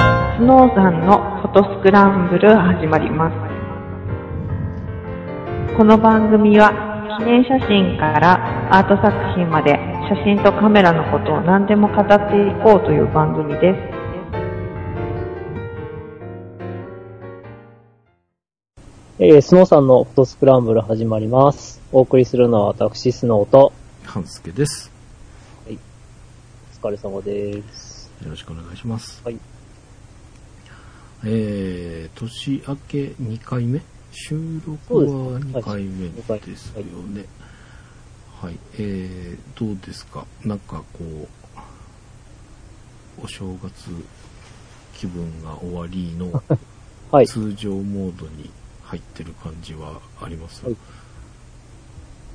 鉱山のフォトスクランブル始まりますこの番組は記念写真からアート作品まで写真とカメラのことを何でも語っていこうという番組ですえー、スノーさんのフォトスクランブル始まります。お送りするのは私、スノーと、半助です。お疲れ様です。よろしくお願いします。はい。えー、年明け2回目収録そうはです2回目はいですよね。はい。えー、どうですかなんかこう、お正月気分が終わりのはい。通常モードに入ってる感じはあります、はい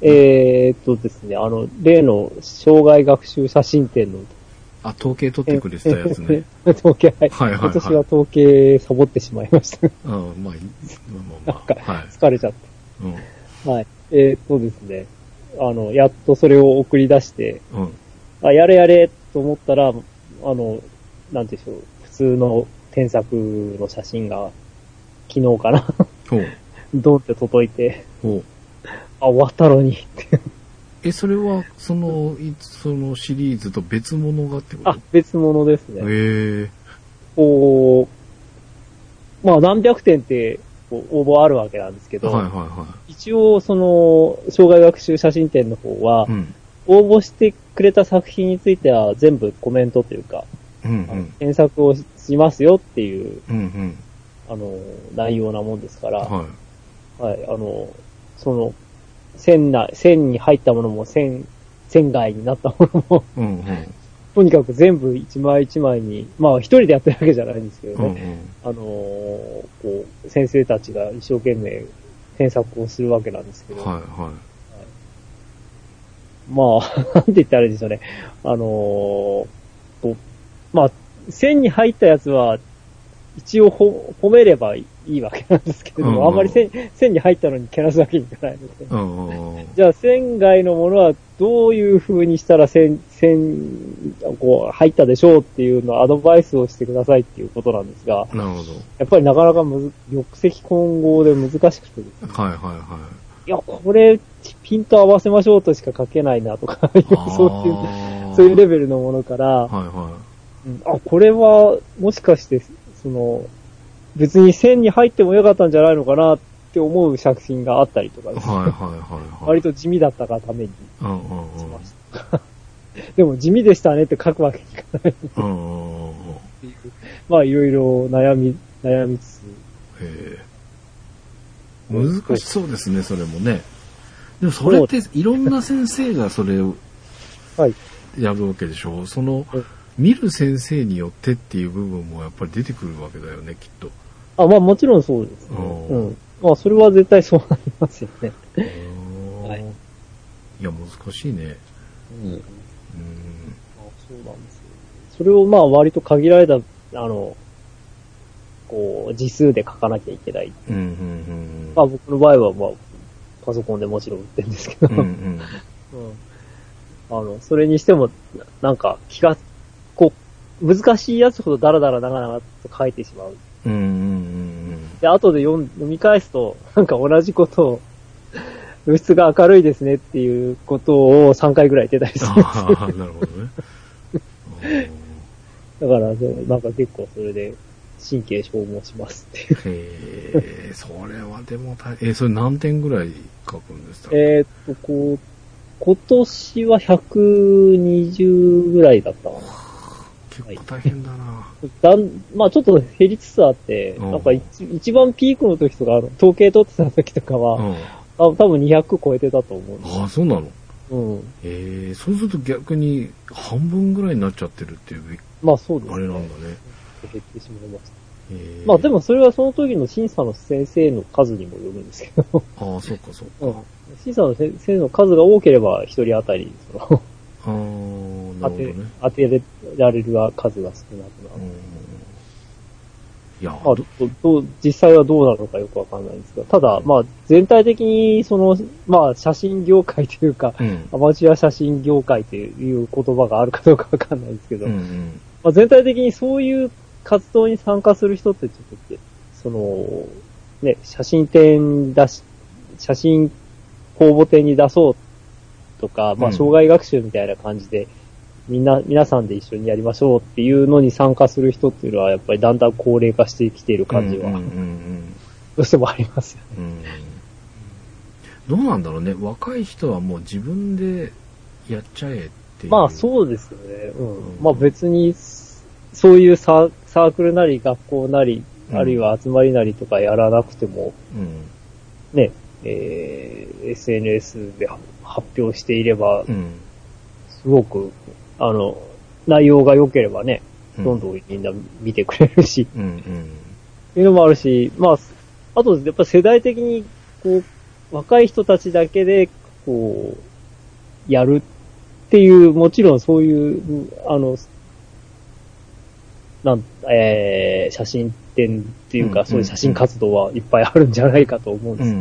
えー、っとですね、あの、例の、障害学習写真展の、あ、統計取ってくれてたやつね。 統計、はい。はいはいはい今年は統計サボってしまいました。うん、まあ、いまあまあまあ。はい。疲れちゃっうん。て。はい。えー、っとですね、あの、やっとそれを送り出して、うん。あ、やれやれと思ったら、あの、なんていうんでしょう、普通の添削の写真が、昨日かな、ほう。ドンって届いて、ほう。あ、終わったのにって。え、それは、その、いそのシリーズと別物がってことあ、別物ですへね。えこう、まあ何百点ってこう応募あるわけなんですけー。ど、はいはいは一応その、障害学習写真展の方は、い。うん。応募してくれた作品については全部コメントというか、うんあの検索をしますよっていう、うん。うんうん。あの、内容なもんですから、ははい、あの、その、線内、線に入ったものも線、線外になったものも、い。うんうん。とにかく全部一枚一枚に、まあ一人でやってるわけじゃないんですけどうんうね、ん。あのーこう、先生たちが一生懸命添削をするわけなんですけど、はいはまあ、 なんて言ったらいいでしょうね。あのーこう、まあ、線に入ったやつは、一応ほ褒めればいいわけなんですけれども、うんうんあんまり線線に入ったのにけなすわけにいかないのでい。。うんうんうん。じゃあ、線外のものはどういう風にしたら線、線、こう、入ったでしょうっていうのをアドバイスをしてくださいっていうことなんですが、なるほやっぱりなかなかむず、玉石混合で難しくてですね、ど。はいはいはいや、これ、ピント合わせましょうとしか書けないなとか、い。あー そういう、そういうレベルのものから、はいはうんあ、これは、もしかして、その、別に線に入ってもよかったんじゃないのかなって思う作品があったりとかい。ですね、はいはいはいはい。割と地味だったがためにうんうんしうん。ました。 でも、地味でしたねって書くわけに いかない。うんうんうんうん。まあ、いろいろ悩み、悩みつつ、へえ難しそうですね、それもね。でもそれっていろんな先生がそれをはいやるわけでしょ。そのうん見る先生によってっていう部分もやっぱり出てくるわけだよね、きっと。あ、まあ、もちろんそうですね。ううんん。まあ、それは絶対そうなりますよね。はいいや、難しいね。うん。うんそうなんですよ。それをまあ割と限られた、あの、こう、字数で書かなきゃいけない。うんうんまあ僕の場合はまあ、パソコンでもちろん売ってるんですけど、 うん。うんうんうんあの、それにしても、ななんか気が、こう、難しいやつほどダラダラ長々と書いてしまう。うんうんうんで、後で読ん読み返すと、 なんか同じことを、物質が明るいですねっていうことを3回ぐらい言ってたりするんですよああ、なるほどね。だから、そうなんか結構それで神経消耗しますっていう。 へえ、それはでも大変。え、それ何点ぐらい書くんですかえーっと、こう、今年は120ぐらいだったかな結構大変だな。だん、まあちょっと減りつつあって、うんなんか一一番ピークの時とか、あの統計取ってた時とかは、うん。あ多分200超えてたと思うんです。ああ、そうなのうん。ええそうすると逆に半分ぐらいになっちゃってるっていうべき、まあそうですあね。れなんだね。減ってしまいました。えーまあでもそれはその時の審査の先生の数にもよるんですけど、ああ、そうかそうか。うん審査の先生の数が多ければ一人当たり、その、あ当あ、なるほどてね。、当てられる数が少なくなる。うん。いや、まあ、どどう、実際はどうなのかよくわかんないんですが、ただ、まあ、全体的に、その、まあ、写真業界というか、うん。アマチュア写真業界という言葉があるかどうかわかんないんですけど、うんうん。まあ、全体的にそういう活動に参加する人ってちょっと、その、ね、写真展に出し、写真公募展に出そうとか、まあ、うん障害学習みたいな感じで、みんな、皆さんで一緒にやりましょうっていうのに参加する人っていうのは、やっぱりだんだん高齢化してきている感じうんうはん、うんどうしてもありますよね。うんうんどうなんだろうね。若い人はもう自分でやっちゃえっていう。まあそうですよね。うん。うんまあ別に、そういうサーサークルなり学校なり、うんあるいは集まりなりとかやらなくても、うん。ね、えー SNS で発表していればう、ん。すごく、あの、内容が良ければね、うどんどんみんな見てくれるし、うんうん。っていうのもあるし、まあ、あと、やっぱ世代的に、こう、若い人たちだけで、こう、やるっていう、もちろんそういう、あの、なん、えー、写真展っていううんか、そういう写真活動はいっぱいあるんじゃないかと思うんうです。ん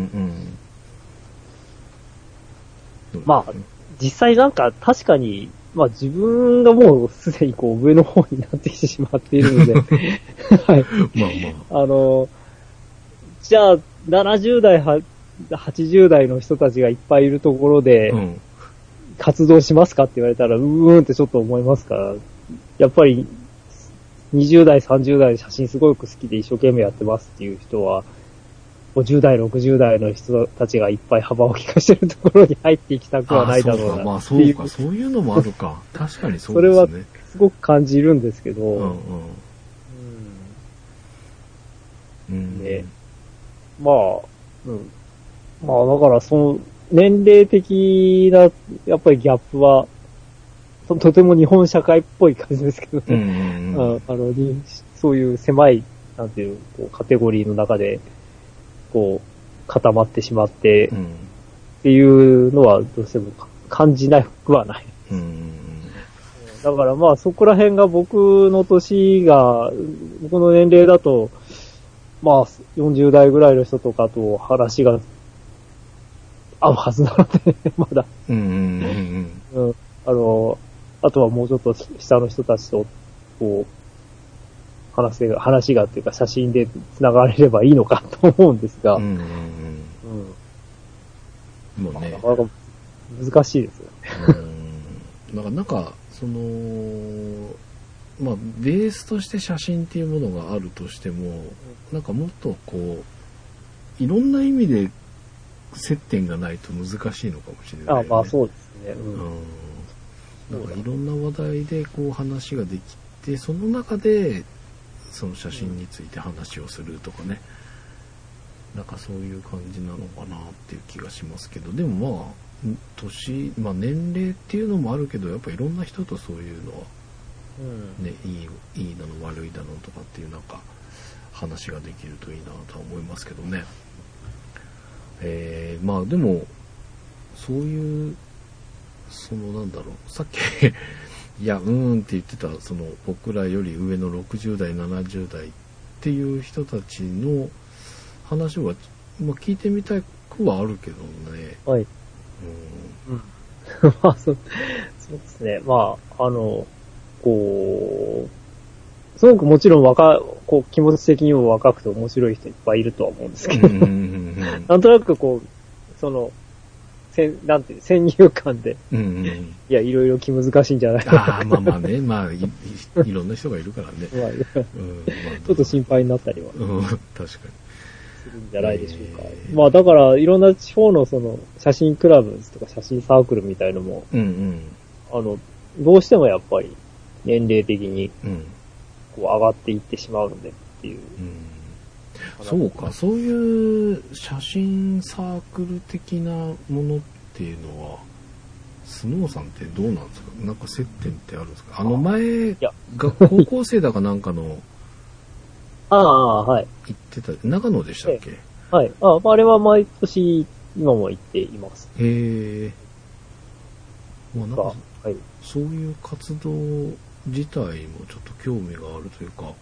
うん。まあ実際なんか、確かに、まあ自分がもうすでにこう上の方になってきてしまっている ので、はい。まああの、じゃあ、70代は、80代の人たちがいっぱいいるところでまあ。うん。活動しますかって言われたら、うーんってちょっと思いますから、やっぱり、20代、30代の写真すごく好きで一生懸命やってますっていう人は、50代、60代の人たちがいっぱい幅を利かしてるところに入っていきたくはないだろうあそうかまなあってそいううか。、そういうのもあるか。確かにそうそれはですね。すごく感じるんですけど、うんうん。うん。ねまあ、うん。まあ、だから、その、年齢的な、やっぱりギャップは、ととても日本社会っぽい感じですけどうんね。う んあうん。あのにそういう狭い、なんていう、こうカテゴリーの中で、こう、固まってしまってうっんていうのは、どうしてもか感じなくはない。うんうんだからまあそこら辺が僕の年が、僕の年齢だと、まあ40代ぐらいの人とかと話が合うはずなので、 まだ、うんうんうんうん。あの、あとはもうちょっと下の人たちと、こう、話せが、話がっていうか写真で繋がれればいいのかと思うんですが、うんうんうんうんもうねな。かなか難しいですよ。うんだからなんか、その、まあ、ベースとして写真っていうものがあるとしても、なんかもっとこう、いろんな意味で接点がないと難しいのかもしれない、あね。まあそうですね。う。うんん。なんかいろんな話題でこう話ができて、その中で、その写真について話をするとかね。なんかそういう感じなのかなっていう気がしますけど、でもまあ、ん年、まあ年齢っていうのもあるけど、やっぱいろんな人とそういうのはうんね、いい、いいなの悪いだのとかっていうなんか話ができるといいなとは思いますけどね。えー、まあでも、そういう、そのなんだろう、さっき、 いや、うーんって言ってた、その僕らより上の60代、70代っていう人たちの話は、まあ聞いてみたくはあるけどね。はい。う まあ、そう、そうですね。まあ、あの、こう、すごくもちろん若、こう、気持ち的にも若くて面白い人いっぱいいるとは思うんですけど、ん。うんうんうん なんとなくこう、その、せん、なんていう、先入観で、うん。うんうんいや、いろいろ気難しいんじゃないかな。ああ、まあまあね、まあい、いいろんな人がいるからね。 まあ、ちうんまあょっと心配になったりはうん、確かするんじゃないでしょうか。えーまあ、だから、いろんな地方のその、写真クラブとか写真サークルみたいのも、に。うんあの、どうしてもやっぱり、年齢的に、うん。うん。こう、上がっていってしまうので、っていう。うん。そうか、そういう写真サークル的なものっていうのは、スノーさんってどうなんですかなんか接点ってあるんですかあの前や、が高校生だかなんかのああ、はい。行ってた、長野でしたっけへはい。ああ、あれは毎年、今も行っています。え。もうながんかは、い。そういう活動自体もちょっと興味があるというか、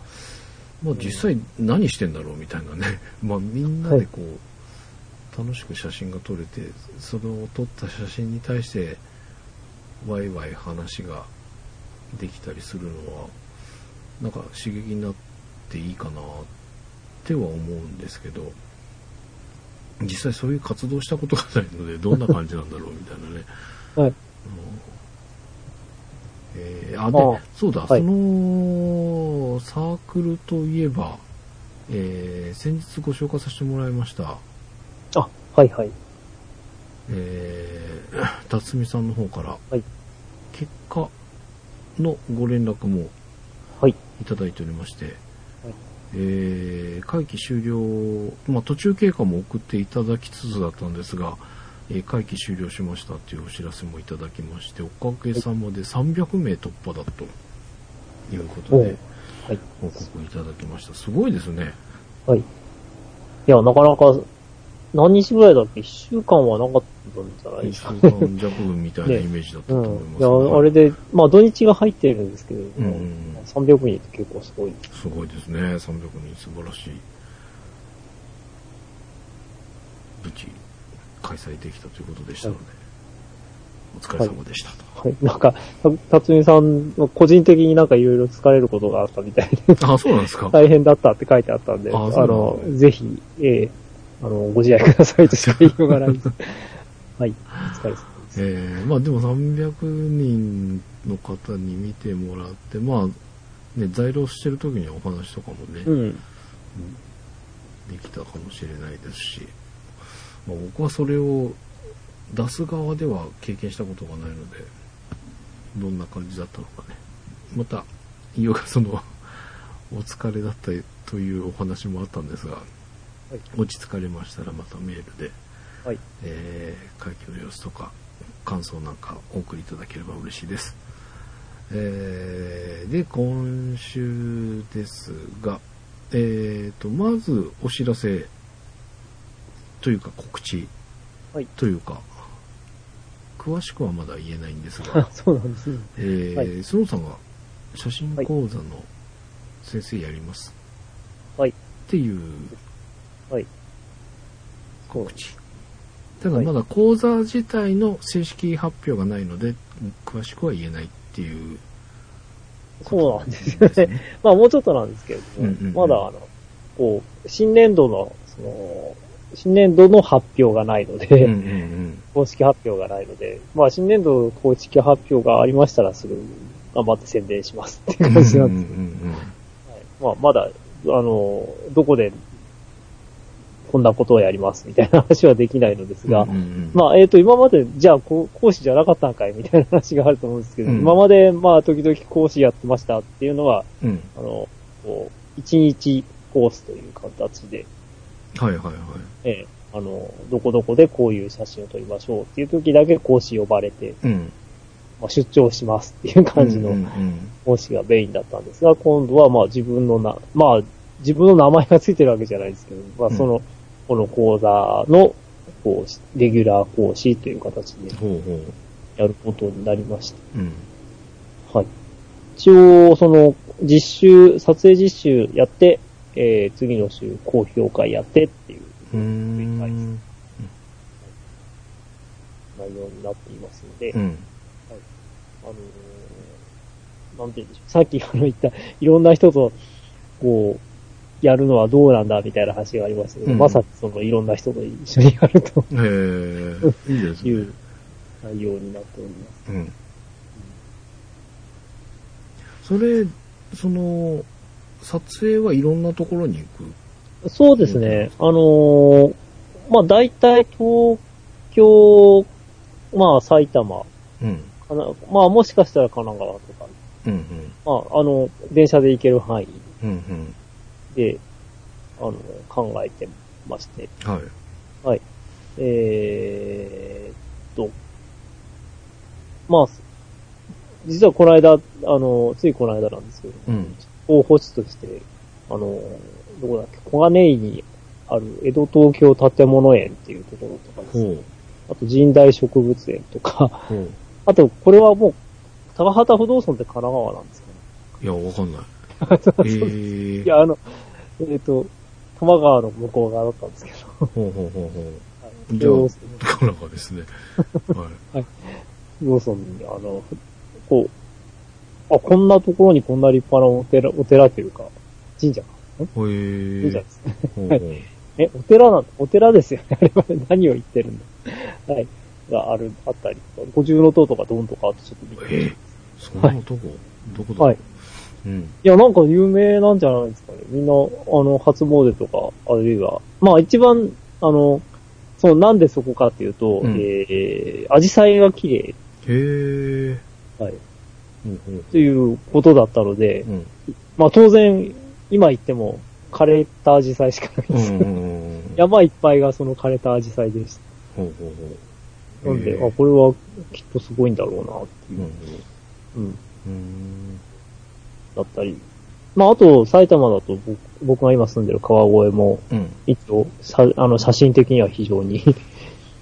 まあ実際何してんだろうみたいなね、 まあみんなでこう、楽しく写真が撮れて、それを撮った写真に対して、ワイワイ話ができたりするのは、なんか刺激になっっていいかなっては思うんですけど実際そういう活動したことがないのでどんな感じなんだろうみたいなねはい。えーあ、でああ、そうだ、はいその、サークルといえば、えー先日ご紹介させてもらいました、あ、はいはい。えー、辰巳さんの方から、はい結果のご連絡もはい。いただいておりまして、えー会期終了、まあ、途中経過も送っていただきつつだったんですが、えー会期終了しましたというお知らせもいただきまして、おかげさまで300名突破だということおでうはい。報告いただきました。すごいですね。はい。いや、なかなか、何日ぐらいだっけ一週間はなかったんじゃない1です週か。間弱分みたいなイメージだったとう思いん。ま いすが、や、あれで、まあ土日が入ってるんですけど、うんうん300人って結構すごい。すごいですね。300人素晴らしい。無事、開催できたということでしたので、お疲れ様でしたと。はい。なんか、た辰巳さん、個人的になんかいろいろ疲れることがあったみたいで、あ、そうなんですか。大変だったって書いてあったんで、ああそうなんのですね、ぜひ、ええあの、ご自愛くださいとしか言いようがない です。はい。お疲れ様です。えーまあでも300人の方に見てもらって、まあ、ね、在労してる時にはお話とかもね、うん。できたかもしれないですし、まあ、僕はそれを出す側では経験したことがないので、どんな感じだったのかね。また、いよがその、お疲れだったというお話もあったんですが、はい落ち着かれましたらまたメールで、はい。えー会見の様子とか感想なんかお送りいただければ嬉しいです、えーで今週ですが、えー、とまずお知らせというか告知はいというか、詳しくはまだ言えないんですあ、がそうなんですね。えーはいスノーさんが写真講座の先生やりますはい。っていうはい。そう告知ただまだ講座自体の正式発表がないので、詳しくは言えないっていうそうなんですこよとね。ね。まあもうちょっとなんですけれども、うんうんうんまだあの、こう、新年度の、その、新年度の発表がないので、うんうんうん。公式発表がないので、まあ新年度公式発表がありましたらすぐ頑張って宣伝しますっていう感じなんです。うんうんうんはいまあまだ、あの、どこでこんなことをやりますみたいな話はできないのですが、うんうんまあ、えっ、と、今まで、じゃあ、こう講師じゃなかったんかいみたいな話があると思うんですけど、うん今まで、まあ、時々講師やってましたっていうのは、うんあの、こう、1日コースという形で、はいはいはい。ええあの、どこどこでこういう写真を撮りましょうっていう時だけ講師呼ばれて、うん。まあ、出張しますっていう感じうんうのんうん講師がメインだったんですが、今度はまあ自分のな、まあ自分の名前がついてるわけじゃないですけど、まあその、この講座の講師、レギュラー講師という形でほうほう。やることになりました。うん。はい。一応、その、実習、撮影実習やって、えー、次の週、公表会やってっていううーん。内容になっていますので、うあん。のーなんて言うんでしょう。さっきあの言った、いろんな人と、こう、やるのはどうなんだみたいな話がありましたけど、うんまさにその、いろんな人と一緒にやるとえー、いいですいねう。内容になっております。うん。それ、その、撮影はいろんなところに行く。そうですね。あのーまあ、大体東京、まあ、埼玉、うん。かなまあ、もしかしたら神奈川とか、うんまあ、あの、電車で行ける範囲うん。うんうん。で、あの、考えてまして、はい。えー、と、まあ、実はこの間、あの、ついこの間なんですけど、うん。候補地として、あの、どこだっけ、小金井にある江戸東京建物園っていうところとかですね、ほあと神代植物園とう。か、 ほう。あと、これはもう、高畑不動産って神奈川なんですかね。いや、わか んない。えー、いや、あの、えっ、と、多摩川の向こう側だったんですけど、ほうほうほうほう。じゃあローソンなかなかですね。はローソンに、あの、こう、あ、こんなところにこんな立派なお寺、お寺というか、神社か。ほえー。いいじゃないですか。ほうほう え、お寺なん、お寺ですよね。あれ は何を言ってるんだ。はい。がある、あったりとか、五重の塔とかドンとか、あとちょっと見てみてえそんなとこ、どこだはい。うん。いや、なんか有名なんじゃないですかね。みんな、あの、初詣とか、あるいは、まあ一番、あの、そう、なんでそこかっていうと、うんえー、アジサイが綺麗、へえ。はい、ほうほう。ということだったので、うん。まあ当然、今行っても、枯れたアジサイしかないんでうんす。うんうんうん。 山いっぱいがその枯れたアジサイでしほうほうた。ほう。なんで、へーあ、これはきっとすごいんだろうな、っていう、うん、うんうん。だったり。まああと、埼玉だと僕、僕が今住んでる川越も、うん。うん。一応、さあの写真的には非常に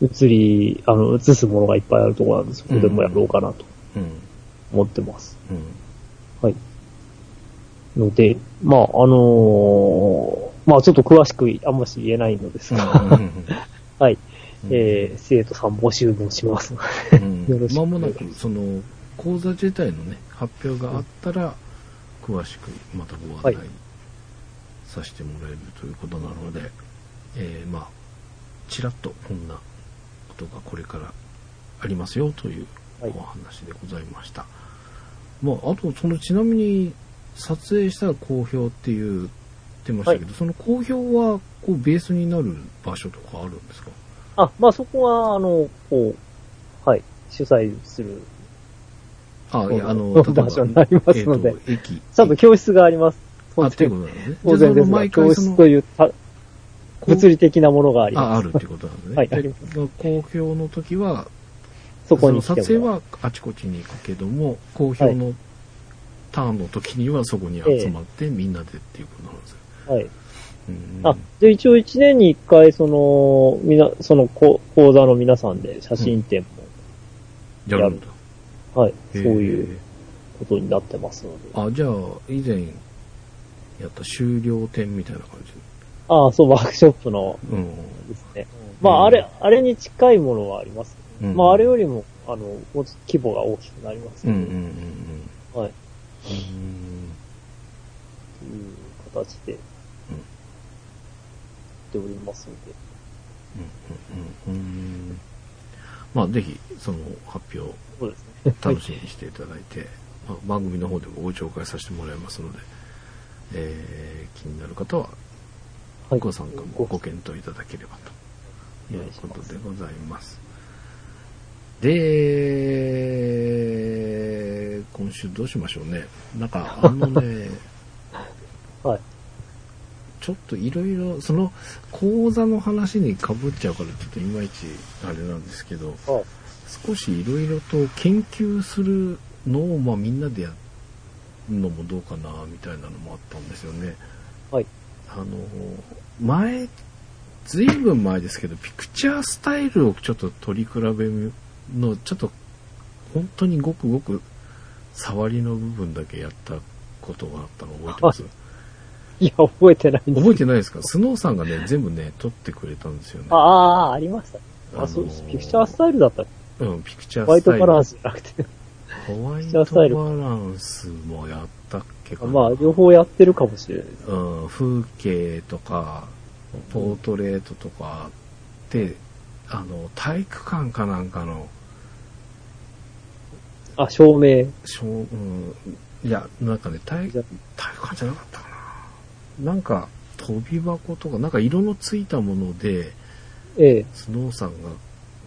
写り、あの、写すものがいっぱいあるところなんで、そこでもやろうかなとうん。思ってます。うん。ので、まあ、あのーまあちょっと詳しくあんまし言えないのですが、はい。えー、生徒さん募集もします。 うんよろしくまもなく、その、講座自体のね、発表があったら、詳しくまたご案内はいさせてもらえるということなので、えーまあ、ちらっとこんなことがこれからありますよというはいお話でございました。まあ、あと、その、ちなみに、撮影したら好評って言ってましたけど、その好評は、こう、ベースになる場所とかあるんですかあ、まあそこは、あの、こう、はい、主催する、あ、い や、あの、そう例えば、場所になりますのでえーと駅。ちゃんと教室があります。あ、ということなんですね。当然ですが、毎回教その室というた物理理的なものがありあ、まあす。るってことなんですね。はいでありま公表の時は、そこに来そてもの撮影らうはあちこちに行くけども、公表のターンの時にはそこに集まって、みんなでっていうことなんですよ。はい。うんあ、で、一応一年に一回、その、みな、そのこ講座の皆さんで写真展やるんだ。も、はい、そへうーいう。ことになってますので。あ、じゃあ、以前、やった終了展みたいな感じ。ああ、そう、ワークショップのうんですね。まあ、あれ、あれに近いものはあります。うん。まあ、あれより、りも、あの、もうちょっと規模が大きくなりますうんのうんで、うんうん。はい。うんという形で、やっておりますので。うんうんうんまあ、ぜひ、その発表、そうですね。楽しみにしていただいて、まあ番組の方でもご紹介させてもらいますので、えー気になる方は はい。ご参加もご検討いただければというお願いしこまとすでございます。で、今週どうしましょうね。なんか、あのね、はい。ちょっといろいろ、その講座の話にかぶっちゃうから、ちょっといまいちあれなんですけど、はい。少しいろいろと研究するのを、まあ、みんなでやるのもどうかなみたいなのもあったんですよね。はい。あの前ずいぶん前ですけどピクチャースタイルをちょっと取り比べるのちょっと本当にごくごく触りの部分だけやったことがあったの覚えてます、いや、覚えてないんです覚えてないですかスノーさんがね全部ね撮ってくれたんですよね。ああ、ありましたね。あのあ、ーそう、ピクチャースタイルだった。うん、ピクチャーホワイスタトイル。バランスじゃなくて。ホワイピクチャートスタイルバランスもやったっけかな。まあ、両方やってるかもしれないです。うん、風景とか、ポートレートとかで、あの、体育館かなんかの、あ、照明。しょううん、いや、なんかね、体じゃ体育館じゃなかったかな。なんか、飛び箱とか、なんか色のついたもので、ええ。スノーさんが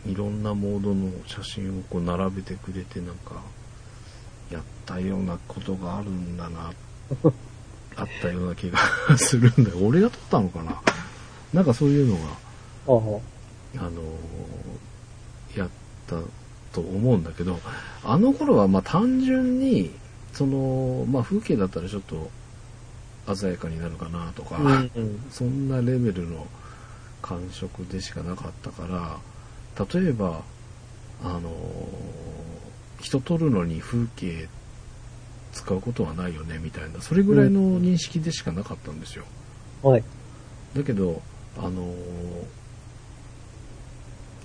いろんなモードの写真をこう並べてくれてなんかやったようなことがあるん だなあったような気がするんだ俺が撮ったのかななんかそういうのああ。が、あのーやったと思うんだけどあの頃はまあ単純にその、まあ、風景だったらちょっと鮮やかになるかなとか、うん。そんなレベルの感触でしかなかったから例えばあの人撮るのに風景使うことはないよねみたいなそれぐらいの認識でしかなかったんですよ、はい。だけどあの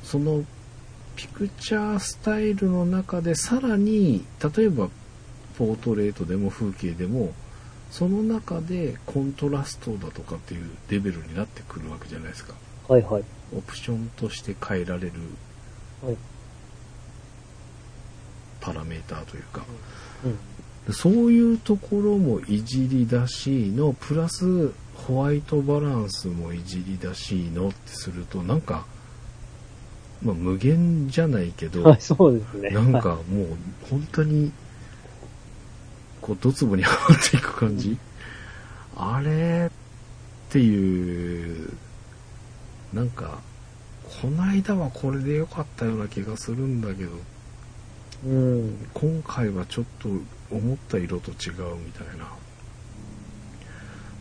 そのピクチャースタイルの中でさらに例えばポートレートでも風景でもその中でコントラストだとかっていうレベルになってくるわけじゃないですか。はいはい。オプションとして変えられるはい。パラメーターというか、うん。でそういうところもいじりだしの、プラスホワイトバランスもいじりだしのってすると、なんか、まあ無限じゃないけど、はい、そうですね。なんはかもう本当に、こう、ドツボにはまっていく感じ、あれっていう、なんか、こないだはこれで良かったような気がするんだけど、い。うん。今回はちょっと思った色と違うみたいな。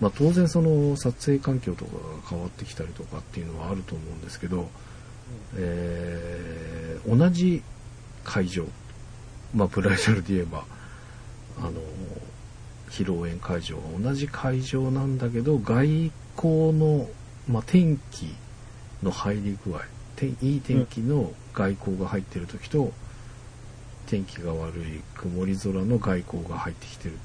まあ当然その撮影環境とかが変わってきたりとかっていうのはあると思うんですけど、えー同じ会場、まあブライダルで言えば、あの、披露宴会場は同じ会場なんだけど、外交の、まあ天気の入り具合、ていい天気の外交が入ってる時と、天気が悪い曇り空の外光が入ってきてる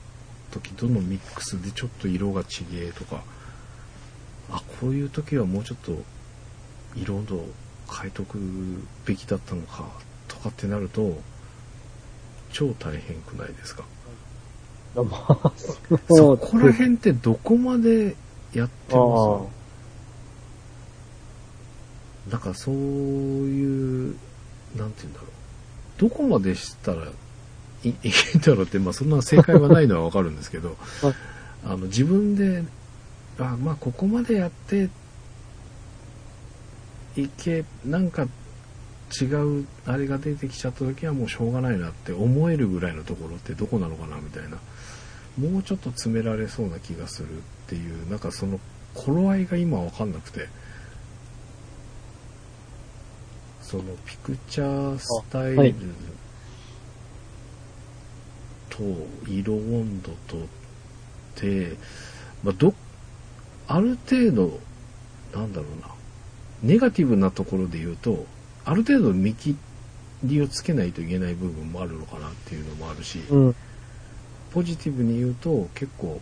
時とのミックスでちょっと色がちげえとかあこういう時はもうちょっと色を変えとくべきだったのかとかってなると超大変くないですかまあ、そそうこ ら辺ってどこまでやってまあすだからそういうなんて言うんだろうどこまでしたらいいいんだろうって、まあ、そんな正解はないのはわかるんですけどはいあの自分であまあここまでやっていけなんか違うあれが出てきちゃった時はもうしょうがないなって思えるぐらいのところってどこなのかなみたいなもうちょっと詰められそうな気がするっていうなんかその頃合いが今わかんなくてそのピクチャースタイあはルいと色温度とって、まあ、どある程度なんだろうなネガティブなところで言うとある程度見切りをつけないといけない部分もあるのかなっていうのもあるし、うん。ポジティブに言うと結構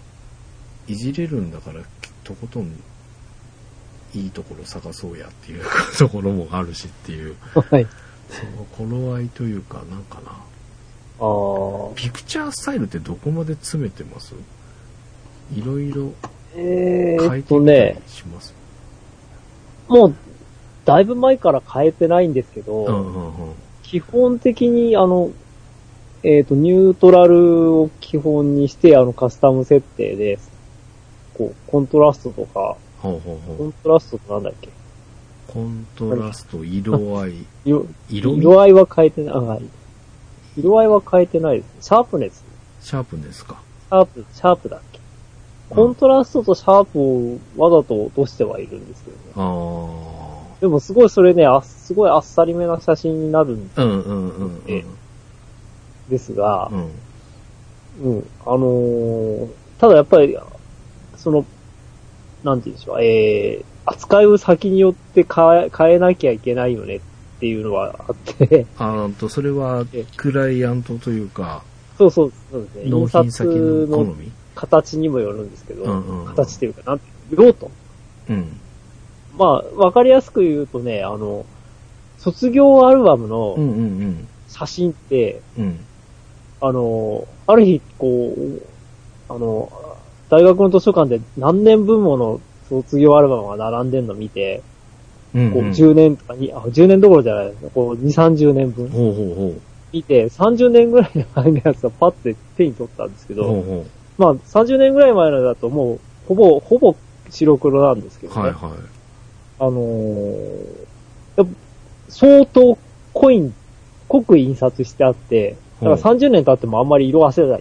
いじれるんだからとことんいいところ探そうやっていう ところもあるしっていうはい。その頃合いというかなんかなああ。ピクチャースタイルってどこまで詰めてますいろいろえ変ーえっとてねた、りします、もう、だいぶ前から変えてないんですけど、うんうんうん基本的に、あの、えっ、と、ニュートラルを基本にして、あの、カスタム設定で、こう、コントラストとか、ほうほうコほうントラストってなんだっけコントラスト色合い色色味色合いは変えてない、あはい色合いは変えてないです。シャープネスシャープですかシャープ、シャープだっけコントラストとシャープをわざと落としてはいるんですけどね。ああでもすごいそれね、あすごいあっさりめな写真になるんうんうんうんうんえですが、うんうん。あのーただやっぱり、その、なんて言うんでしょう、えー、扱いを先によって変え、変えなきゃいけないよねっていうのはあって、 あーとそれはえクライアントというかそうそう、そうですね。納印品先刷の好のみ形にもよるんですけど、うんうんうん形というか、なんていうの用途。うんまあ、わかりやすく言うとね、あの、卒業アルバムうんうのんうん写真って、うんあの、ある日、こう、あの、大学の図書館で何年分もの卒業アルバムが並んでんの見て、うんこううん10年とかに、あ、10年どころじゃないですね。こう2、30年分ほうほうほ見て、30年ぐらい前のやつをパッて手に取ったんですけうほうど、ほまあ30年ぐらい前のだともう、ほぼ、ほぼ白黒なんですけどうね。はいはあのーやっぱ相当濃い、濃く印刷してあって、だから30年経ってもあんまり色褪せない。い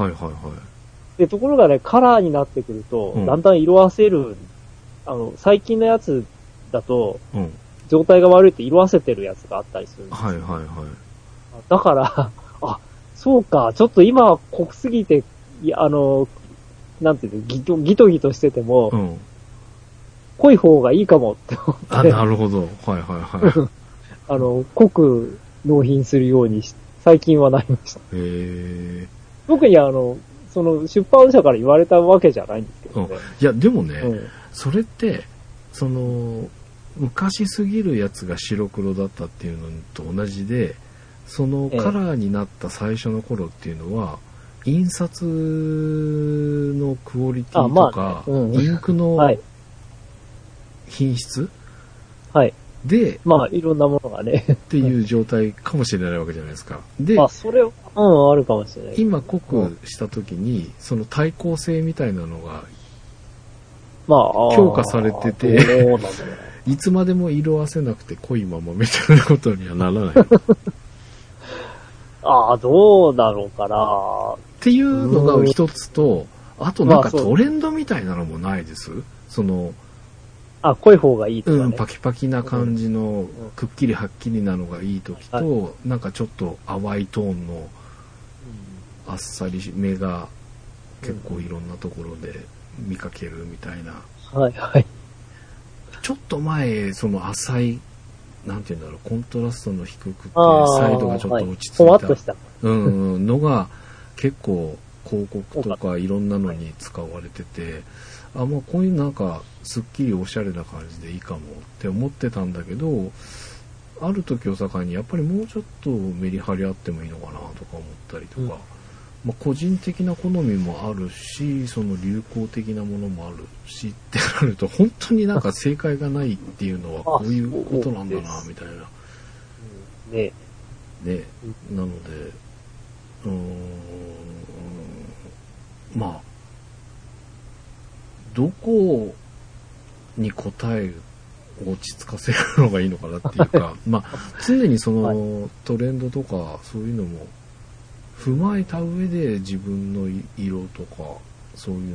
はいはいはいで、ところがね、カラーになってくると、うんだんだん色あせる、あの、最近のやつだと、うん状態が悪いって色あせてるやつがあったりするんですはいはいはだから、 あ、そうか、ちょっと今は濃すぎて、いやあの、なんていうの、ギトギトギトしてても、いうん濃い方がいいかもって思あって、なるほどはいはいはい あの、濃く納品するようにし最近はなりました。へえ特にあの、その、出版社から言われたわけじゃないんですけうんどね。。いや、でもね、うん。それって、その、昔すぎるやつが白黒だったっていうのと同じで、そのええカラーになった最初の頃っていうのは、印刷のクオリティとあま、かあねうんインクはのい。品質はい。で、まあ、いろんなものがね。っていう状態かもしれないわけじゃないですか。で、 まあ、それは、うん、あるかもしれない。今濃くした時に、その対抗性みたいなのが、まあ、あー強化されててそうなんだねいつまでも色あせなくて濃いままみたいなことにはな らない。ああ、どうだろうかな。っていうのが一つと、あとなんまかあそうトレンドみたいなのもないです。その、あ、濃い方がいいとかね。うん、パキパキな感じのん、くっきりはっきりなのがいい時と、なんかちょっと淡いトーンのあっさり目が結構いろんなところで見かけるみたいな。はい、はい。ちょっと前、その浅い、なんて言うんだろう、コントラストの低くて、ああ、サイドがちょっと落ち着いほわったとした。うんうん、のが結構広告とかいろんなのに使われてて、あ、まあこういうなんかすっきりおしゃれな感じでいいかもって思ってたんだけど、ある時を境にやっぱりもうちょっとメリハリあってもいいのかなとか思ったりとか、うんまあ個人的な好みもあるし、その流行的なものもあるしってなると本当になんか正解がないっていうのはこういうことなんだなみたいな。ねね、なので、うーん、まあ、どこに答えを落ち着かせるのがいいのかなっていう か、まあ、常にその、トレンドとか、そういうのも踏まえた上で自分の色とか、そういうのを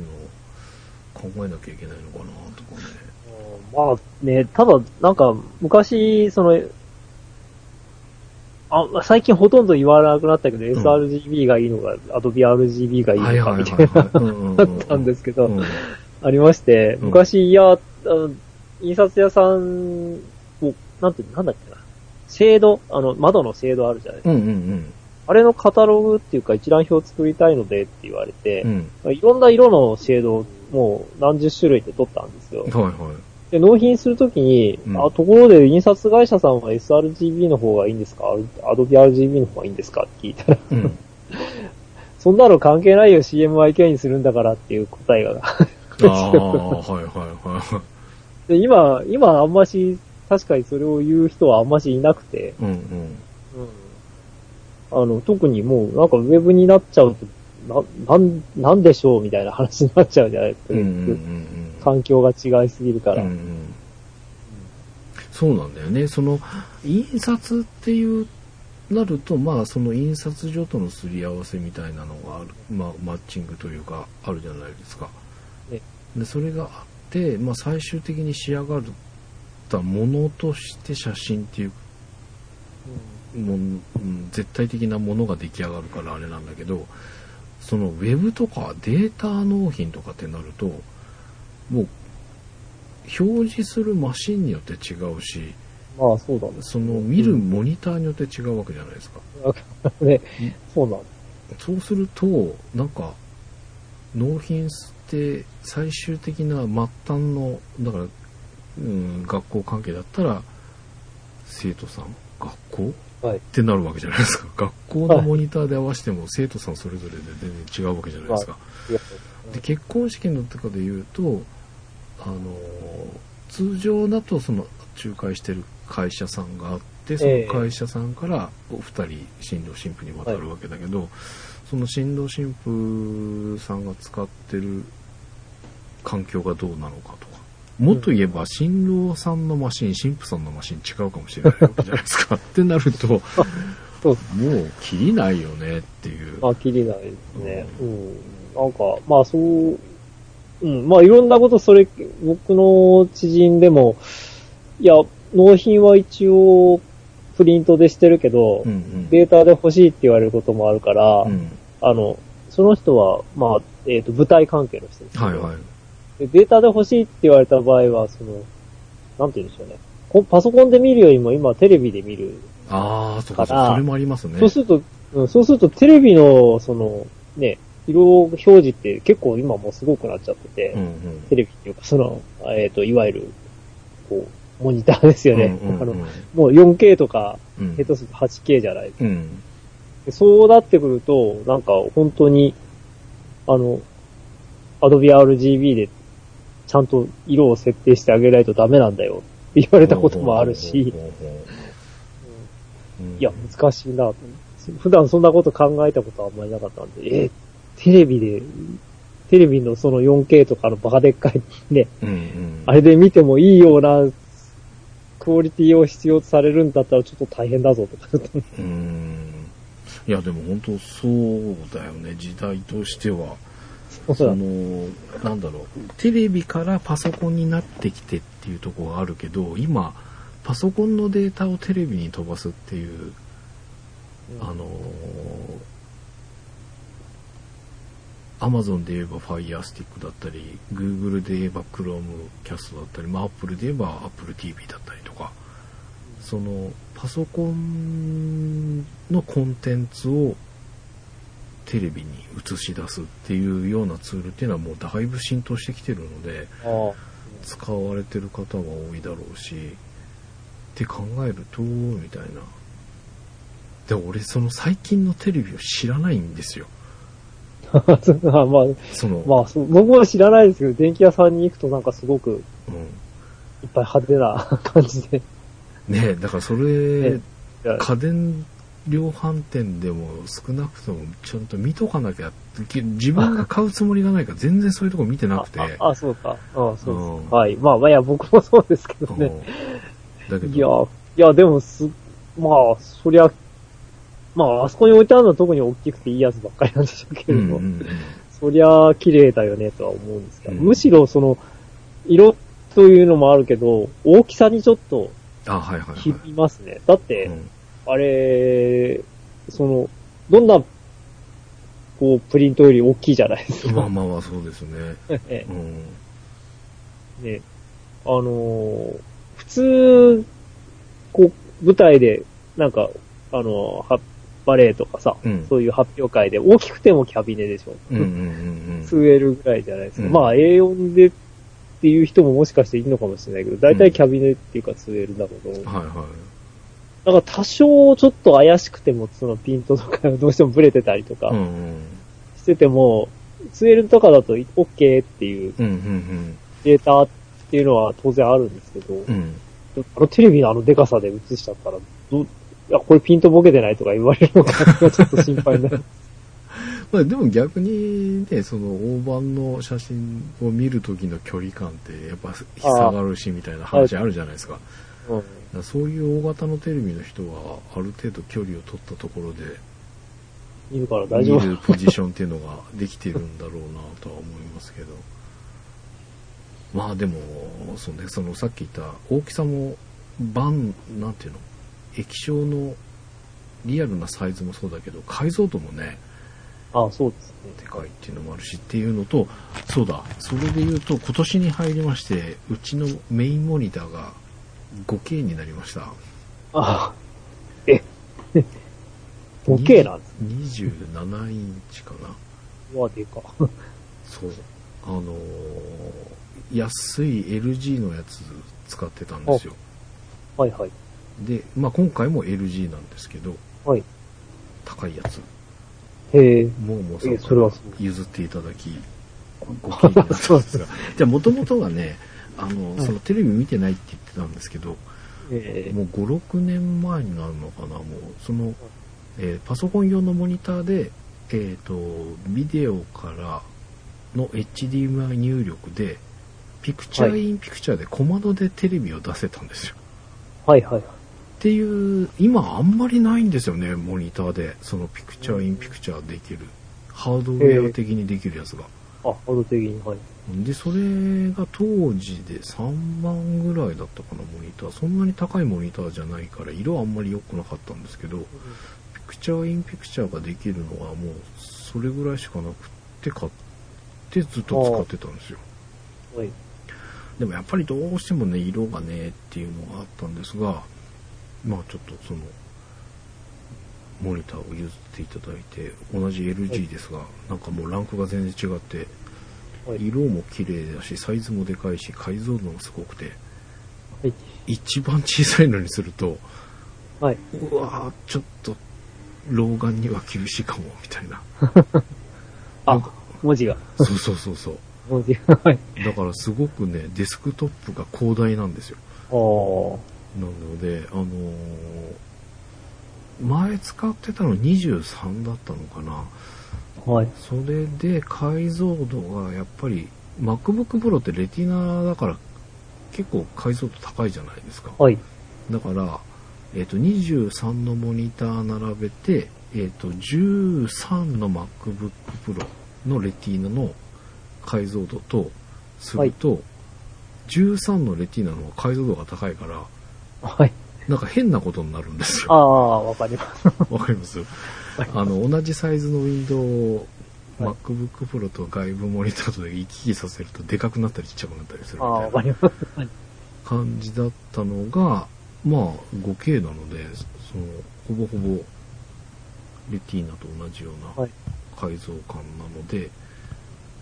考えなきゃいけないのかなとかね。うんまあね、ただ、なんか、昔、その、あ、最近ほとんど言わなくなったけど、sRGB がいいのか、Adobe RGB がいいはいのはか、いはいみたい はい。うんうんうんな、あったんですけど、うんありまして、うん昔、いや、あの、印刷屋さんを、なんて、なんだっけな、シェード、あの、窓のシェードあるじゃないですか。うんうんあれのカタログっていうか一覧表を作りたいのでって言われてう、ん。いろんな色のシェードをもう何十種類って取ったんですようん。。はいはい。で、納品するときに、うんあ、ところで印刷会社さんは sRGB の方がいいんですか ?Adobe RGB の方がいいんですかって聞いたら、 うん。そんなの関係ないよ CMYK にするんだからっていう答えが。 ああ、はいはいはで、今、今あんまし、確かにそれを言う人はあんましいなくて、い。うんうん。あの、特にもうなんかウェブになっちゃうと、な、なん、なんでしょうみたいな話になっちゃうじゃないですか。うんうんうんうん。環境が違いすぎるから。うんうんそうなんだよね。その、印刷っていう、なると、まあ、その印刷所とのすり合わせみたいなのがある、まあ、マッチングというか、あるじゃないですかえ。で、それがあって、まあ、最終的に仕上がったものとして写真っていうもん、うん絶対的なものが出来上がるからあれなんだけどそのウェブとかデータ納品とかってなるともう表示するマシンによって違うしまあそうだね。 その見るモニターによって違うわけじゃないですか、ね、そうなんそうするとなんか納品して最終的な末端のだから、うん、学校関係だったら生徒さん学校はいっ。てなるわけじゃないですか。学校のモニターで合わせても生徒さんそれぞれで全然違うわけじゃないですか。で、結婚式のとかで言うと、あのー、通常だとその仲介してる会社さんがあって、そえのえ会社さんからお二人新郎新婦に渡るわけだけど、その新郎新婦さんが使ってる環境がどうなのかとか。もっと言えば、新郎さんのマシン、新婦さんのマシン違うかもしれないわけじゃないで すか。ってなると、そうもう、切りないよねっていう。まあ、きりないですね。うん。なんか、まあそう、うん。まあいろんなこと、それ、僕の知人でも、いや、納品は一応、プリントでしてるけど、うんうん。データで欲しいって言われることもあるから、うん。あの、その人は、まあ、えっ、と、舞台関係の人です、はいはい。でデータで欲しいって言われた場合は、その、なんて言うんでしょうね。こパソコンで見るよりも今テレビで見る。ああ、そうか、からそれもありますねそう。すると、うん、そうするとテレビの、その、ね、色表示って結構今もうすごくなっちゃってて、うんうん。テレビっていうか、その、えっ、と、いわゆる、こう、モニターですよね。うんうんうんあの、もう 4K とか、うん下手すると 8K じゃない。うん。でそうなってくると、なんか本当に、あの、Adobe RGB でちゃんと色を設定してあげないとダメなんだよって言われたこともあるし、ほうほうほうほう、うんいや、難しいなと。普段そんなこと考えたことはあんまりなかったんで、え、テレビで、テレビのその 4K とかのバカでっかいね、うんうん。あれで見てもいいようなクオリティを必要とされるんだったらちょっと大変だぞとか。うーん。いや、でも本当そうだよね、時代としては。そうそだねの、なんだろう、テレビからパソコンになってきてっていうところがあるけど、今、パソコンのデータをテレビに飛ばすっていう、あのアマゾンで言えば Fire Stick だったり、Google で言えば Chromecast だったり、まあ、Apple で言えば Apple TV だったりとか、そのパソコンのコンテンツをテレビに映し出すっていうようなツールっていうのはもうだいぶ浸透してきてるので、あ あ使われてる方は多いだろうしって考えるとみたいなで俺その最近のテレビを知らないんですよそうまあ、まあ、その、まあそう、僕は知らないですけど、電気屋さんに行くとなんかすごくういっぱい派手な感じで。ん、ねえだからそれねや家電量販店でも少なくともちゃんと見とかなきゃき自分が買うつもりがないから全然そういうとこ見てなくてあああ、そうか。ああそうです、うんはい。まあまあ、いや、僕もそうですけどうんね。だけいやど、いや、でもす、まあ、そりゃ、まあ、あそこに置いてあるのは特に大きくていいやつばっかりなんでしょうけうんれうども、んうんそりゃ綺麗だよねとは思うんですが、うんむしろその、色というのもあるけど、大きさにちょっとあはいはいはい響きますね。だって、うんあれ、その、どんな、こう、プリントより大きいじゃないですまあか。まあまあそうですね、 ねうん、ねあのー普通、こう、舞台で、なんか、あのーはバレエとかさ、うんそういう発表会で、大きくてもキャビネでしょ。うんうんうんうん 2L ぐらいじゃないですか。うんまあ、A4 でっていう人ももしかしているのかもしれないけど、だいたいキャビネっていうか 2L だけど、はいはいなんか多少ちょっと怪しくても、そのピントとかどうしてもブレてたりとか、うんうんしてても、2L とかだと OK っていううんうんデータっていうのは当然あるんですけど、うんうんあのテレビのあのデカさで映しちゃったら、どう、いや、これピントボケてないとか言われるのかなちょっと心配になる。まあでも逆にね、その大判の写真を見る時の距離感ってやっぱ下がるしみたいな話あるじゃないですか。だかうんらそういう大型のテレビの人はある程度距離を取ったところで見るから大丈見夫。るポジションっていうのができてるんだろうなとは思いますけど。まあでも、そうね、そのさっき言った大きさも版、なんていうの液晶のリアルなサイズもそうだけど、解像度もね、あそうですね。でかいっていうのもあるしっていうのとそうだそれで言うと今年に入りましてうちのメインモニターが 5K になりましたあえ、5K なんです。 27インチかなうわ、でか。 そうあのー安い LG のやつ使ってたんですよはいはい。で、まあ、今回も LG なんですけどはい。高いやつへえ。もうもうえそれはそう譲っていただき、ご経験だったんで すが。じゃあ、もともとはね、あの、はいそのテレビ見てないって言ってたんですけど、えもう5、6年前になるのかな、もう、その、えーパソコン用のモニターで、えっ、と、ビデオからの HDMI 入力で、ピクチャーインピクチャーで小窓でテレビを出せたんですよ。 はいはいはい。っていう、今あんまりないんですよね、モニターで。そのピクチャーインピクチャーできる。ハードウェア的にできるやつが。あ、ハード的に、はい。で、それが当時で3万ぐらいだったかな、モニター。そんなに高いモニターじゃないから、色はあんまり良くなかったんですけど、ピクチャーインピクチャーができるのはもう、それぐらいしかなくって買ってずっと使ってたんですよ。はい。でもやっぱりどうしてもね、色がね、っていうのがあったんですが、まあちょっとその、モニターを譲っていただいて、同じ LG ですが、なんかもうランクが全然違って、はい。色も綺麗だし、サイズもでかいし、解像度もすごくて、はい。一番小さいのにすると、はい。うわー、ちょっと、老眼には厳しいかも、みたいな。あ、文字が。そうそうそうそう。文字が。はい。だからすごくね、デスクトップが広大なんですよ。おー。なので、あのー前使ってたの23だったのかな。はい。それで解像度がやっぱり MacBook Pro ってレティナだから結構解像度高いじゃないですか。はい。だから、えっ、と、23のモニター並べて、えっ、と、13の MacBook Pro のレティーナの解像度とすると、13のレティーナの方が解像度が高いから、はい。なんか変なことになるんですあよ。あ、わかります。わかりますわかりあの、同じサイズのウィンドウをはい MacBook Pro と外部モニターとで行き来させるとでかくなったりちっちゃくなったりするあみあ、わたいかなります。はい。感じだったのが、まあ 5K なので、その、ほぼほぼレティーナと同じようはない改造感なので、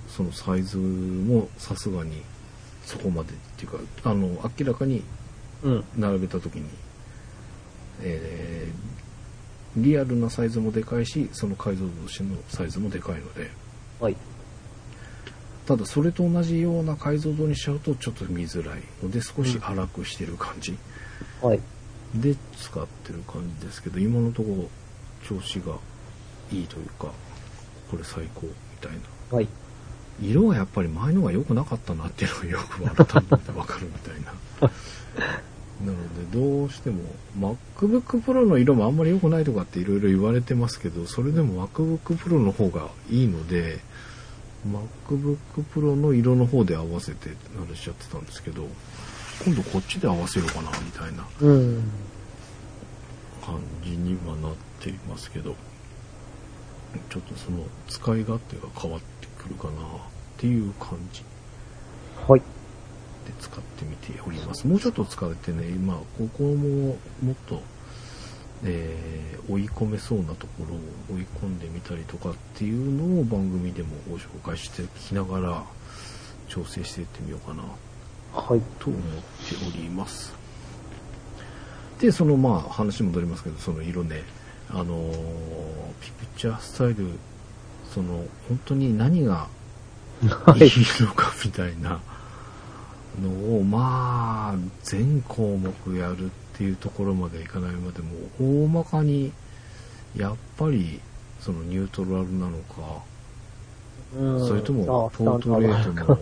そのサイズもさすがにそこまでっていうか、あの、明らかにうん。並べた時に、えーリアルなサイズもでかいし、その解像度としてのサイズもでかいので、はい。ただそれと同じような解像度にしちゃうとちょっと見づらいので、少し荒くしてる感じはい。で使ってる感じですけど、今のところ調子がいいというか、これ最高みたいな。はい。色がやっぱり前のが良くなかったなっていうのがよく改めてわかるみたいな。なのでどうしても MacBook Pro の色もあんまり良くないとかっていろいろ言われてますけど、それでも MacBook Pro の方がいいので、MacBook Pro の色の方で合わせてなるしちゃってたんですけど、今度こっちで合わせようかなみたいなうん。感じにはなっていますけど、ちょっとその使い勝手が変わってくるかなっていう感じ。はい。で使ってみております。もうちょっと使ってね、今、ここももっと、えー追い込めそうなところを追い込んでみたりとかっていうのを番組でもご紹介して聞きながら調整していってみようかなはい。と思っております。で、そのまあ話戻りますけど、その色ね、あのーピクチャースタイル、その本当に何がはいい。いのかみたいなのを、まあ、全項目やるっていうところまでいかないまでも、大まかに、やっぱり、そのニュートラルなのか、それともポートレートの、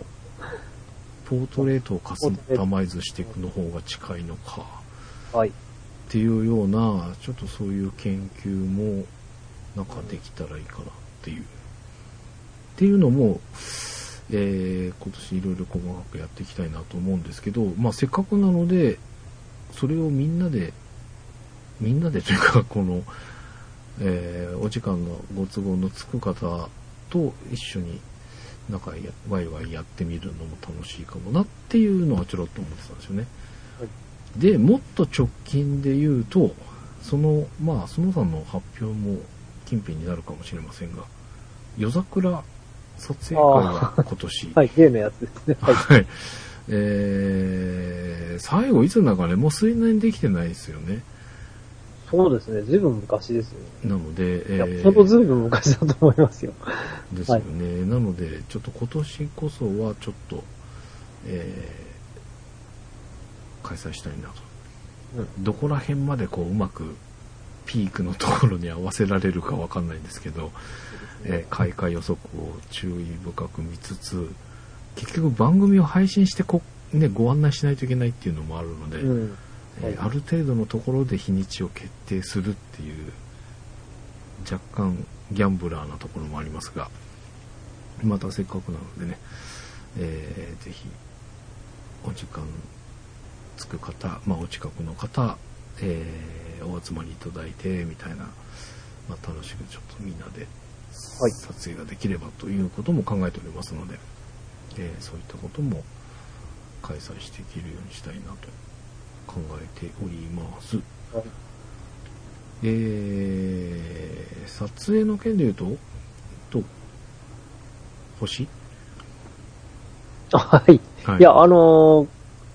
ポートレートをカスタマイズしていくの方が近いのか、の。はい。っていうような、ちょっとそういう研究も、なんかできたらいいかなっていう。っていうのも、えー、今年いろいろ細かくやっていきたいなと思うんですけど、まあせっかくなので、それをみんなで、みんなでというか、この、えーお時間のご都合のつく方と一緒に、なんかやワイワイやってみるのも楽しいかもなっていうのはちょろっと思ってたんですよね。で、もっと直近で言うと、その、まあ、そのさんの発表も近辺になるかもしれませんが、夜桜撮影会が今年、はい。例のやつですね。 はい。はい。えー、最後いつだかね、もう数年できてないですよね。そうですね。ずいぶん昔ですよね。なので、いえや、ーほんとずいぶん昔だと思いますよ。ですよね。なので、ちょっと今年こそはちょっと、えー、開催したいなと。うんどこら辺までこううまくピークのところに合わせられるかわかんないんですけど、えー開花予測を注意深く見つつ、結局番組を配信してこ、ね、ご案内しないといけないっていうのもあるので、うん。えーある程度のところで日にちを決定するっていう若干ギャンブラーなところもありますがまたせっかくなのでね、えーぜひお時間つく方、まあ、お近くの方、えーお集まりいただいてみたいな、まあ、楽しくちょっとみんなではい撮影ができればということも考えておりますので、えーそういったことも開催していけるようにしたいなと考えております。はいえー、撮影の件で言うと、と、星はい。はいや、あのー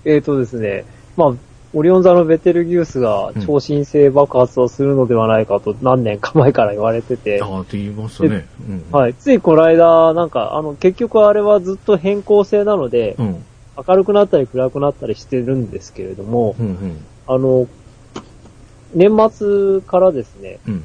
えっ、とですね、まあ、オリオン座のベテルギウスがうん超新星爆発をするのではないかと何年か前から言われてて、ああ、って言いましたね。うん。い。はい、ついこの間、なんか、あの、結局あれはずっと変更性なのでう、ん。明るくなったり暗くなったりしてるんですけれども、うん。うん。あの、年末からですね、うん。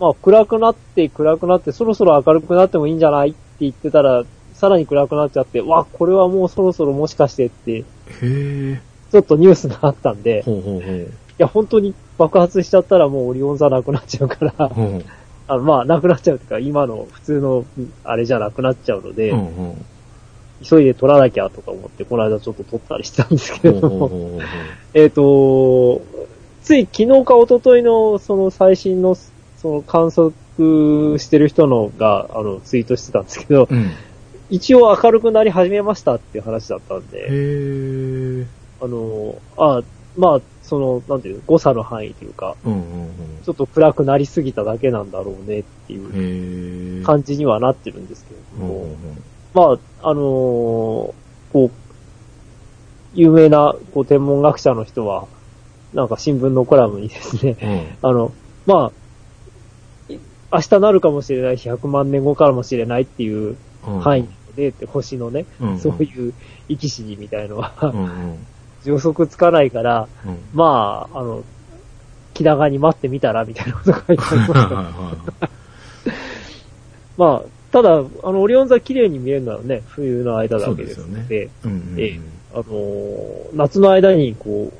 まあ、暗くなって暗くなって、そろそろ明るくなってもいいんじゃないって言ってたら、さらに暗くなっちゃって、わ、これはもうそろそろもしかしてって、へえ。ちょっとニュースがあったんで、いほうほうほう。や、本当に爆発しちゃったらもうオリオン座なくなっちゃうから、 ほうほう。あのまあ、なくなっちゃうというか、今の普通のあれじゃなくなっちゃうので、うんうん。急いで撮らなきゃとか思って、この間ちょっと撮ったりしたんですけほれうほどうほも、うほうほう。えっと、つい昨日か一昨日のその最新の、その観測してる人のが、あの、ツイートしてたんですけど、うん。一応明るくなり始めましたっていう話だったんで、へえ。あの、あ、まあ、その、なんていうの、誤差の範囲というか、うんうんちょっと暗くなりすぎただけなんだろうねっていうん。うへえ。感じにはなってるんですけれうどんも、うんうん。まあ、あのーこう、有名なこう天文学者の人は、なんか新聞のコラムにですね、うん。あの、まあ、い明日なるかもしれないし、100万年後かもしれないっていう範囲で、って星のね、うんそういう生き死にみたいのうは、 んうん予測つかないから、うん。まあ、あの、気長に待ってみたら、みたいなことが書いてありまはいし はいた。はい。まあ、ただ、あの、オリオン座綺麗に見えるのはね、冬の間だけですそうのですで、うんうんええあのー夏の間に、こ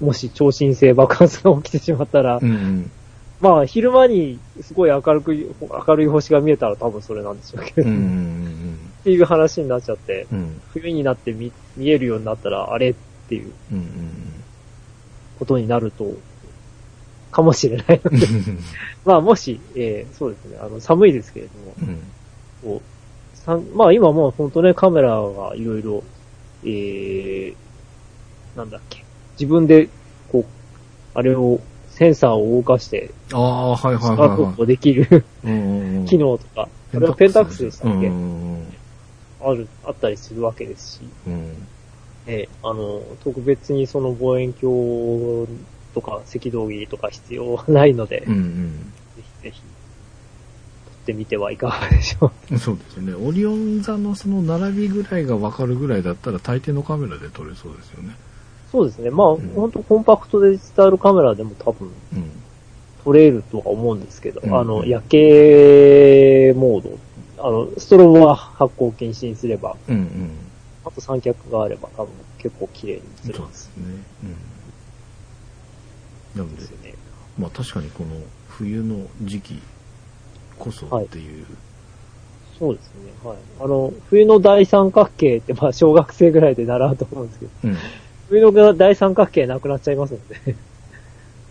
う、もし超新星爆発が起きてしまったら、うん。うんうん。まあ、昼間にすごい明るく、明るい星が見えたら多分それなんでしょうけうんど、うんっていう話になっちゃって、うんうん。うん冬になって見見えるようになったら、あれっていううんことになると、かもしれない。 うんうん。まあ、もし、えーそうですね、あの、寒いですけれども、うんこうさんまあ今もう本当ね、カメラがいろいろ、えー、なんだっけ、自分で、こう、あれを、センサーを動かして、ああ、はいはいスはカいはーフをできる い。うんうんうん機能とか、あれはペンタックスでしたっけ、うんうんある、あったりするわけですし、うんうんえーあの、特別にその望遠鏡とか赤道儀とか必要はないので、うぜんひぜひ、撮ってみてはいかがでしょう。 うん。そうですよね。オリオン座のその並びぐらいがわかるぐらいだったら大抵のカメラで撮れそうですよね。そうですね、まあ、うんほんとコンパクトデジタルカメラでも多分、うん。取れるとは思うんですけど、うんあの、夜景モード、あの、ストロボは発光禁止にすれば、うんうん。あと三脚があれば多分結構綺麗に映るそうんでですすね。うん。なので、よね。まあ確かにこの冬の時期こそっていう。そうですね。はい。あの、冬の大三角形って、まあ、小学生ぐらいで習うと思うんですけど、うん。冬の大三角形なくなっちゃいますので、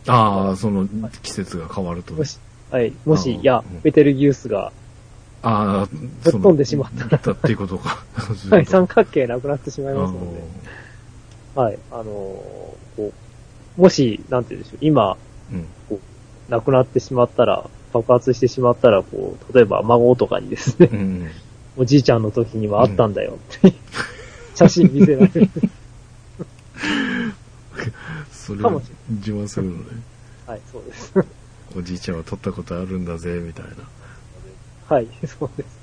ああ、その季節が変わるとねも。し、はい、もし、うんいや、ベテルギウスが、ああ、ぶっ飛んでしまったた。っていうこと か。大三角形なくなってしまいあますので、あはい、あのーこう、もし、なんて言うんでしょう、今、うん。亡くなってしまったら、爆発してしまったら、こう、例えば孫とかにですね う、ん。おじいちゃんの時にはあったんだよ って、写真見せられる。それかをもしれない自慢するのね。はい、そうです。おじいちゃんは撮ったことあるんだぜ、みたいな。はい、 そうです。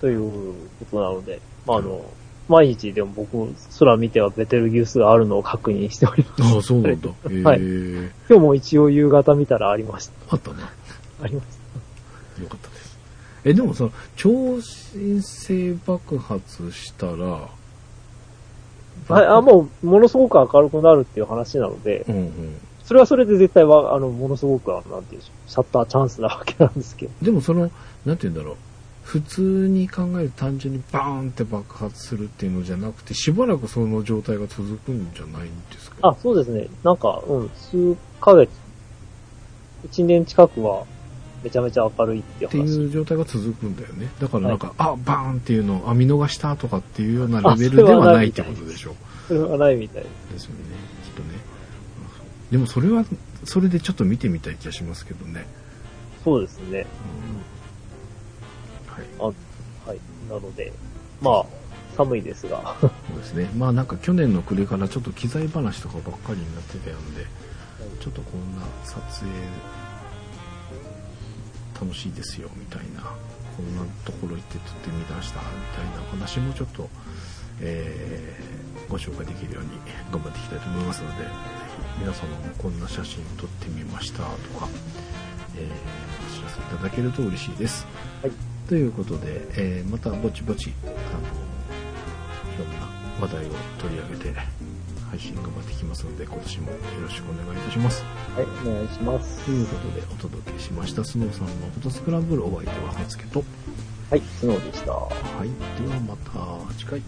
ということなので、まあ、あの、毎日でも僕、空見てはベテルギウスがあるのを確認しております。ああ、そうなんだ。へえ、はい今日も一応夕方見たらありましあったな。た。ありましよかったです。え、でもさ、超新星爆発したら、た。はい、あ、もう、ものすごく明るくなるっていう話なのでう、んうん。それはそれで絶対は、あの、ものすごく、あのなんていうんでしょう、シャッターチャンスなわけなんですけど。でもその、なんて言うんだろう。普通に考える単純にバーンって爆発するっていうのじゃなくて、しばらくその状態が続くんじゃないんですかあ、そうですね。なんか、うん、数ヶ月、一年近くは、めちゃめちゃ明るいっていうって話。いう状態が続くんだよね。だからなんか、あ、バーンっていうのを、あ、見逃したとかっていうようなレベルではないってことでしょう。それはないみたいです。ですよね。きっとね。でもそれは、それでちょっと見てみたい気がしますけどね。そうですね。はい。あ、はい。なので、まあ、寒いですが。そうですね。まあなんか去年の暮れからちょっと機材話とかばっかりになってたんで、ちょっとこんな撮影楽しいですよみたいなこんなところ行って撮ってみましたみたいな話もちょっと、えーご紹介できるように頑張っていきたいと思いますのでぜひ皆様もこんな写真撮ってみましたとか、えーお知らせいただけると嬉しいです。はいということで、えーまたぼちぼちあのいろんな話題を取り上げて配信頑張っていきますので今年もよろしくお願いいたします。はい、お願いしますと。いうことでお届けしましたスノーさんのフォトスクランブルお相手はハツケとはい、スノーでした。はいではまた次回